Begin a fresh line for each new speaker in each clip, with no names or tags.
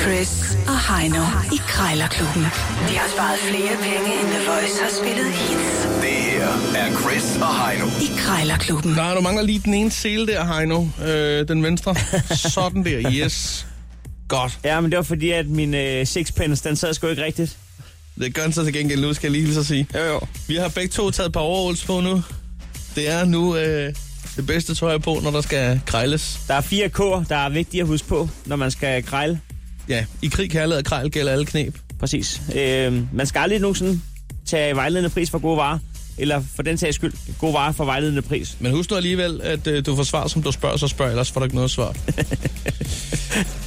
Chris og Heino i Krejlerklubben. De har sparet flere penge, end The Voice har spillet hits
Det her er Chris og Heino.
i Krejlerklubben.
Nej, du mangler lige den ene sele der, Heino. Øh, den venstre. Sådan der, yes. Godt.
Ja, men det var fordi, at min øh, sixpence, den sad sgu ikke rigtigt.
Det gør den så til gengæld nu, skal jeg lige hilse at sige.
Jo, jo.
Vi har begge to taget et par overholds på nu. Det er nu øh, det bedste tøj på, når der skal krejles.
Der er fire K'er, der er vigtige at huske på, når man skal krejle.
Ja, i krig, kærlighed og krejl gælder alle knep.
Præcis. Øh, man skal aldrig nogensinde tage vejledende pris for gode varer. Eller for den sags skyld, gode varer for vejledende pris.
Men husk nu alligevel, at øh, du får svar, som du spørger, så spørg, ellers får du ikke noget svar.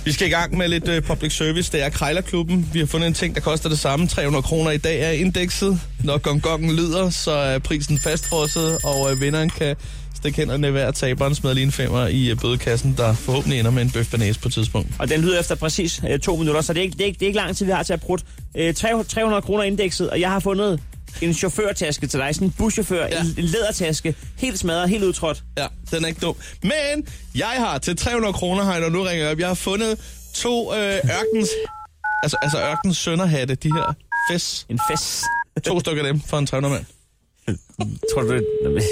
vi skal i gang med lidt øh, public service. Det er Krejlerklubben. Vi har fundet en ting, der koster det samme. 300 kroner i dag er indekset. Når gongongen lyder, så er prisen fastfrosset, og øh, vinderen kan stikke hænderne i hver taberen, smider lige en femmer i øh, bødekassen, der forhåbentlig ender med en bøf bearnaise på et tidspunkt.
Og den lyder efter præcis øh, to minutter, så det er, ikke, det, er ikke, det er ikke lang tid, vi har til at bruge. Øh, 300 kroner indekset, og jeg har fundet en chaufførtaske til dig. Sådan en buschauffør,
Ja.
ja. en, en lædertaske. Helt smadret, helt udtrådt.
Ja, den er ikke dum. Men jeg har til 300 kroner, Heino, nu ringer jeg op. Jeg har fundet to øh, ørkens... Altså, altså ørkens sønderhatte, de her fest.
En fest.
To stykker af dem for en 300 mand.
Tror du det?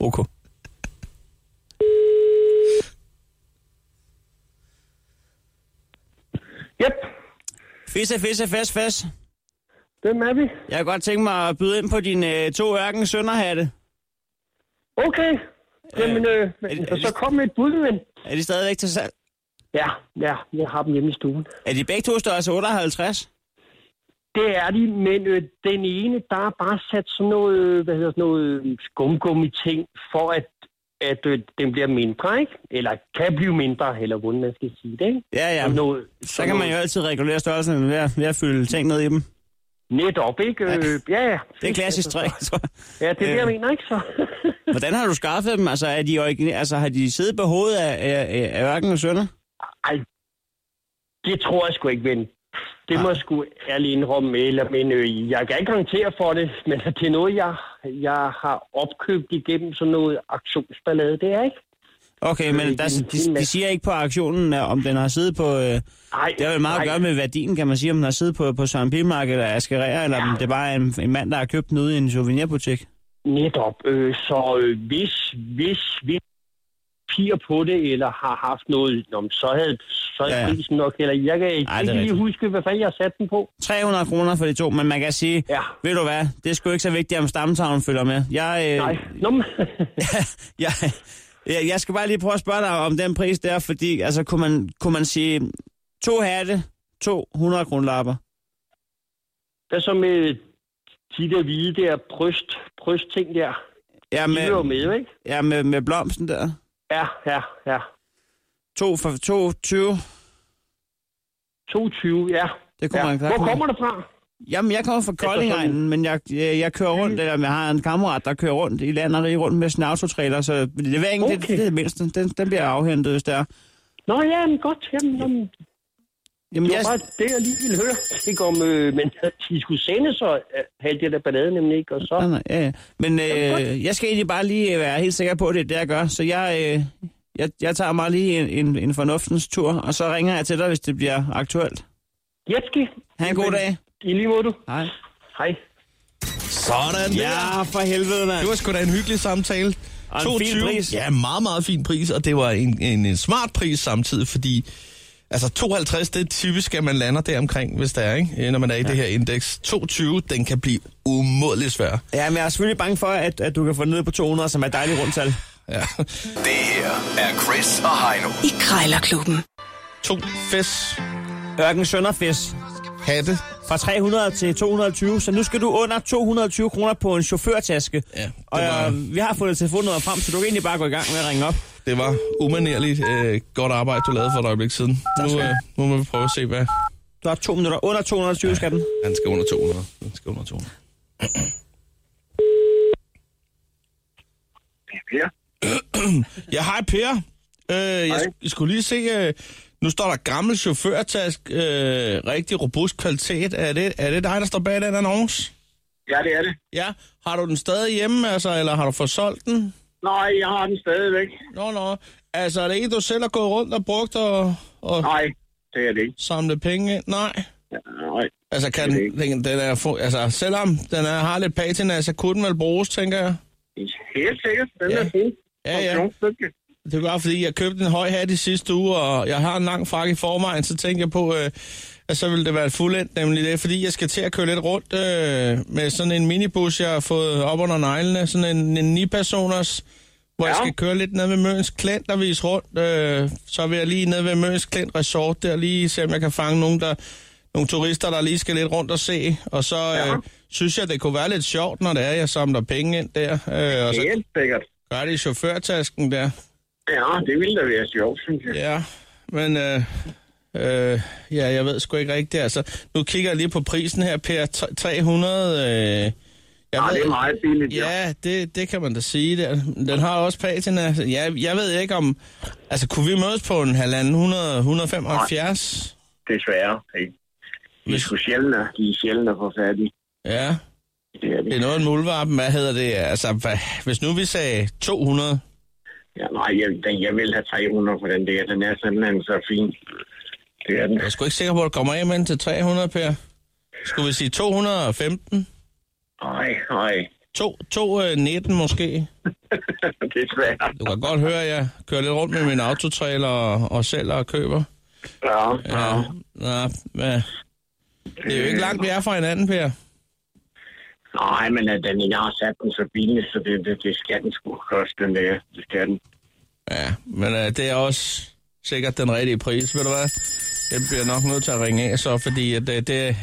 okay.
Yep,
Fisse, fisse, fes, fes.
dem er vi.
Jeg kunne godt tænke mig at byde ind på dine øh, to ørken sønderhatte.
Okay. Jamen, øh,
er- er-
så kom med et bud, men...
Er de stadigvæk til salg?
Ja, ja, jeg har dem hjemme i stuen.
Er de begge to størrelse 58?
Det er de, men øh, den ene, der er bare sat sådan noget, øh, hvad hedder sådan noget skumgummi-ting, for at, at øh, den bliver mindre, ikke? Eller kan blive mindre, eller hvordan man skal sige det, ikke?
Ja, ja.
Sådan noget,
Så kan man jo altid regulere størrelsen ved at, ved at fylde ting ned i dem.
Netop, ikke? Øh, ja, ja.
Det er klassisk træ, tror jeg.
Ja, det er det, jeg
Øh.
mener, ikke? Så.
Hvordan har du skaffet dem? Altså, er de origin... altså har de siddet på hovedet af, af, af ørken og sønder?
Ej, det tror jeg sgu ikke, ven. Det må jeg sgu ærligt indrømme, eller, men øh, jeg kan ikke garantere for det, men det er noget, jeg, jeg har opkøbt igennem sådan noget aktionsballade, det er ikke.
Okay, men der, de, de, siger ikke på aktionen, øh, om den har siddet på... Øh...
Ej,
Det har vel meget at
nej.
gøre med værdien, kan man sige, om den har siddet på, på Søren Pilmark eller Askerer, eller om det bare er en, en mand, der har købt den ude i en souvenirbutik.
Netop. Øh, så øh, hvis, hvis vi piger på det, eller har haft noget, nå, men så havde, så havde
Ja,
ja,
ja.
prisen nok, eller jeg kan ikke,
Ej, det er
ikke lige
rigtigt.
huske, hvad fanden jeg satte den på.
300 kroner for de to, men man kan sige,
Ja.
ved du hvad, det er sgu ikke så vigtigt, om stamtavlen følger med. Jeg,
Nej,
øh,
nå, men,
jeg, jeg, jeg skal bare lige prøve at spørge dig om den pris der, fordi altså, kunne, man, kunne man sige to hatte, to 100 kroner lapper.
hvad så med de der hvide der bryst, brystting der?
Ja,
De hører jo
med,
med, ikke?
ja, med, med blomsten der.
Ja, ja, ja.
To for 22.
22, ja.
Det kunne
ja.
man godt
Hvor
kunne.
kommer det fra?
Jamen, jeg kommer fra Koldingegnen, men jeg, jeg, jeg kører
Mm.
rundt, eller jeg har en kammerat, der kører rundt i landet og rige rundt med sin autotrailer, så leveringen, okay. det,
Okay.
det, er det mindste, den, den bliver afhentet, hvis det er.
Nå ja, men godt. Jamen, jamen,
Jamen,
det
jeg,
var bare det, jeg lige ville høre. Ikke om, øh, men at de skulle sende, så øh, havde det der ballade nemlig ikke, og så...
nej, nej, ja, ja. Men
godt.
øh, jeg skal egentlig bare lige være helt sikker på, at det er det, jeg gør, så jeg, øh, jeg, jeg tager mig lige en, en, en fornuftens tur, og så ringer jeg til dig, hvis det bliver aktuelt.
Jetski.
Ha' en god dag.
I lige måde, du.
Hej.
Hej.
Sådan der.
Ja, for helvede, mand.
Det var sgu da en hyggelig samtale.
Og en fin pris.
Ja, meget, meget fin pris, og det var en, en, en smart pris samtidig, fordi altså 52, det er typisk, at man lander der omkring, hvis der er, ikke? Øh, når man er i ja. det her indeks. 22, den kan blive umådelig svær.
Ja, men jeg er selvfølgelig bange for, at, at du kan få den ned på 200, som er et dejligt rundt tal.
Ja.
Det her er Chris og Heino.
I Krejlerklubben.
To fes
Ørken Sønderfisk.
hatte.
fra 300 til 220, så nu skal du under 220 kroner på en chaufførtaske.
Ja, det
og
var-
øh, vi har fundet telefonnummeret frem, så du kan egentlig bare gå i gang med at ringe op.
Det var umanerligt øh, godt arbejde, du lavede for et øjeblik siden. Nu, øh, nu må vi prøve at se, hvad
Du har to minutter. Under 220 skal den.
han skal under 200. Han skal under 200.
Per.
Ja, hej Per. Øh, jeg, sk- jeg skulle lige se, øh, nu står der gammel chaufførtask, øh, rigtig robust kvalitet. Er det, er det dig, der står bag den annonce?
Ja, det er det.
Ja, har du den stadig hjemme, altså, eller har du fået solgt den?
Nej, jeg har den stadigvæk.
Nå, nå. Altså, er det ikke, du selv har gået rundt og brugt og, og
Nej, det er det ikke.
samlet penge ind? Nej.
Nej.
Altså, kan
Det er det
den, den, den er, fu- altså, selvom den er, har lidt patina, så kunne den vel bruges, tænker jeg.
Helt sikkert, den
Ja.
er god.
Ja, ja.
Funktionsdygtig.
Det var fordi, jeg købte en høj hat i sidste uge, og jeg har en lang frakke i forvejen, så tænkte jeg på, øh, at så ville det være et fuldendt, nemlig det, er, fordi jeg skal til at køre lidt rundt øh, med sådan en minibus, jeg har fået op under neglene, sådan en, en 9-personers, hvor ja. jeg
Ja.
skal køre lidt ned ved Møns Klint og vise rundt. Øh, så vil jeg lige ned ved Møns Klint Resort der, lige se om jeg kan fange nogen, der, nogle turister, der lige skal lidt rundt og se. Og så øh,
Ja.
synes jeg, det kunne være lidt sjovt, når det er, jeg samler penge ind der, øh, og så
Helt sikkert.
gør det i chaufførtasken der.
Ja, det ville da være sjovt, synes jeg.
Ja, men øh, øh, ja, jeg ved sgu ikke rigtigt. Altså, nu kigger jeg lige på prisen her, Per. T- 300... Øh, jeg
Ja, Ah, det er meget billigt, ja.
Ja, det, det kan man da sige. Der. Den har også patina. Altså, Ja, jeg ved ikke om... Altså, kunne vi mødes på en halvanden 100, 175?
Desværre. Ikke? De er
Hvis-
sgu sjældne. De er sjældne for fattige.
Ja,
Det er de.
det er noget en muldvarpen. Hvad hedder det? Altså, hvad, hvis nu vi sagde 200...
Ja, nej, jeg, den, jeg vil have 300 for den der. Den er simpelthen så fin. Det er den.
Jeg er sgu ikke sikker på, at det kommer af med den til 300, Per. Skulle vi sige 215?
Nej, nej.
2, 2 øh, 19 måske?
Desværre.
Du kan godt høre, at jeg kører lidt rundt med min autotrailer og, og sælger og køber.
Ja, ja.
Nå, men det er jo ikke langt, vi er fra hinanden, Per.
Nej, men at den, jeg har sat den så billigt, så det, det, det skal den sgu koste, den der. Det skal den.
Ja, men uh, det er også sikkert den rigtige pris, ved du hvad? Jeg bliver nok nødt til at ringe af så, fordi at det, det,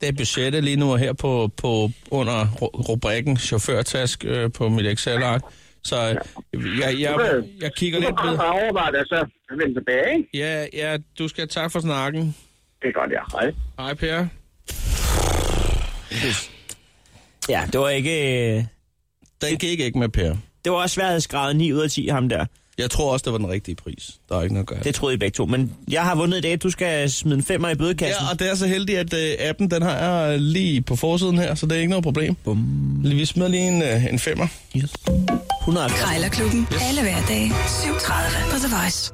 det er budgettet lige nu her på, på under ru- rubrikken chaufførtask øh, på mit Excel-ark. Så øh, jeg, jeg, jeg kigger
Du
lidt
kan bare
ved.
bare overveje det, og så vende tilbage, ikke?
Ja, ja, du skal tak for snakken.
Det er godt, ja. Hej.
Hej, Per.
Ja, det var ikke... øh,
Den gik ikke med Per.
Det var også sværhedsgraden 9 ud af 10, ham der.
Jeg tror også, det var den rigtige pris. Der er ikke noget at gøre.
Det troede I begge to. Men jeg har vundet i dag. Du skal smide en femmer i bødekassen.
Ja, og det er så heldigt, at øh, appen den har jeg øh, lige på forsiden her, så det er ikke noget problem. Bum. Vi smider lige en, øh, en femmer.
Ja. 100
Krejlerklubben. Alle hverdage. 7.30 på The Voice.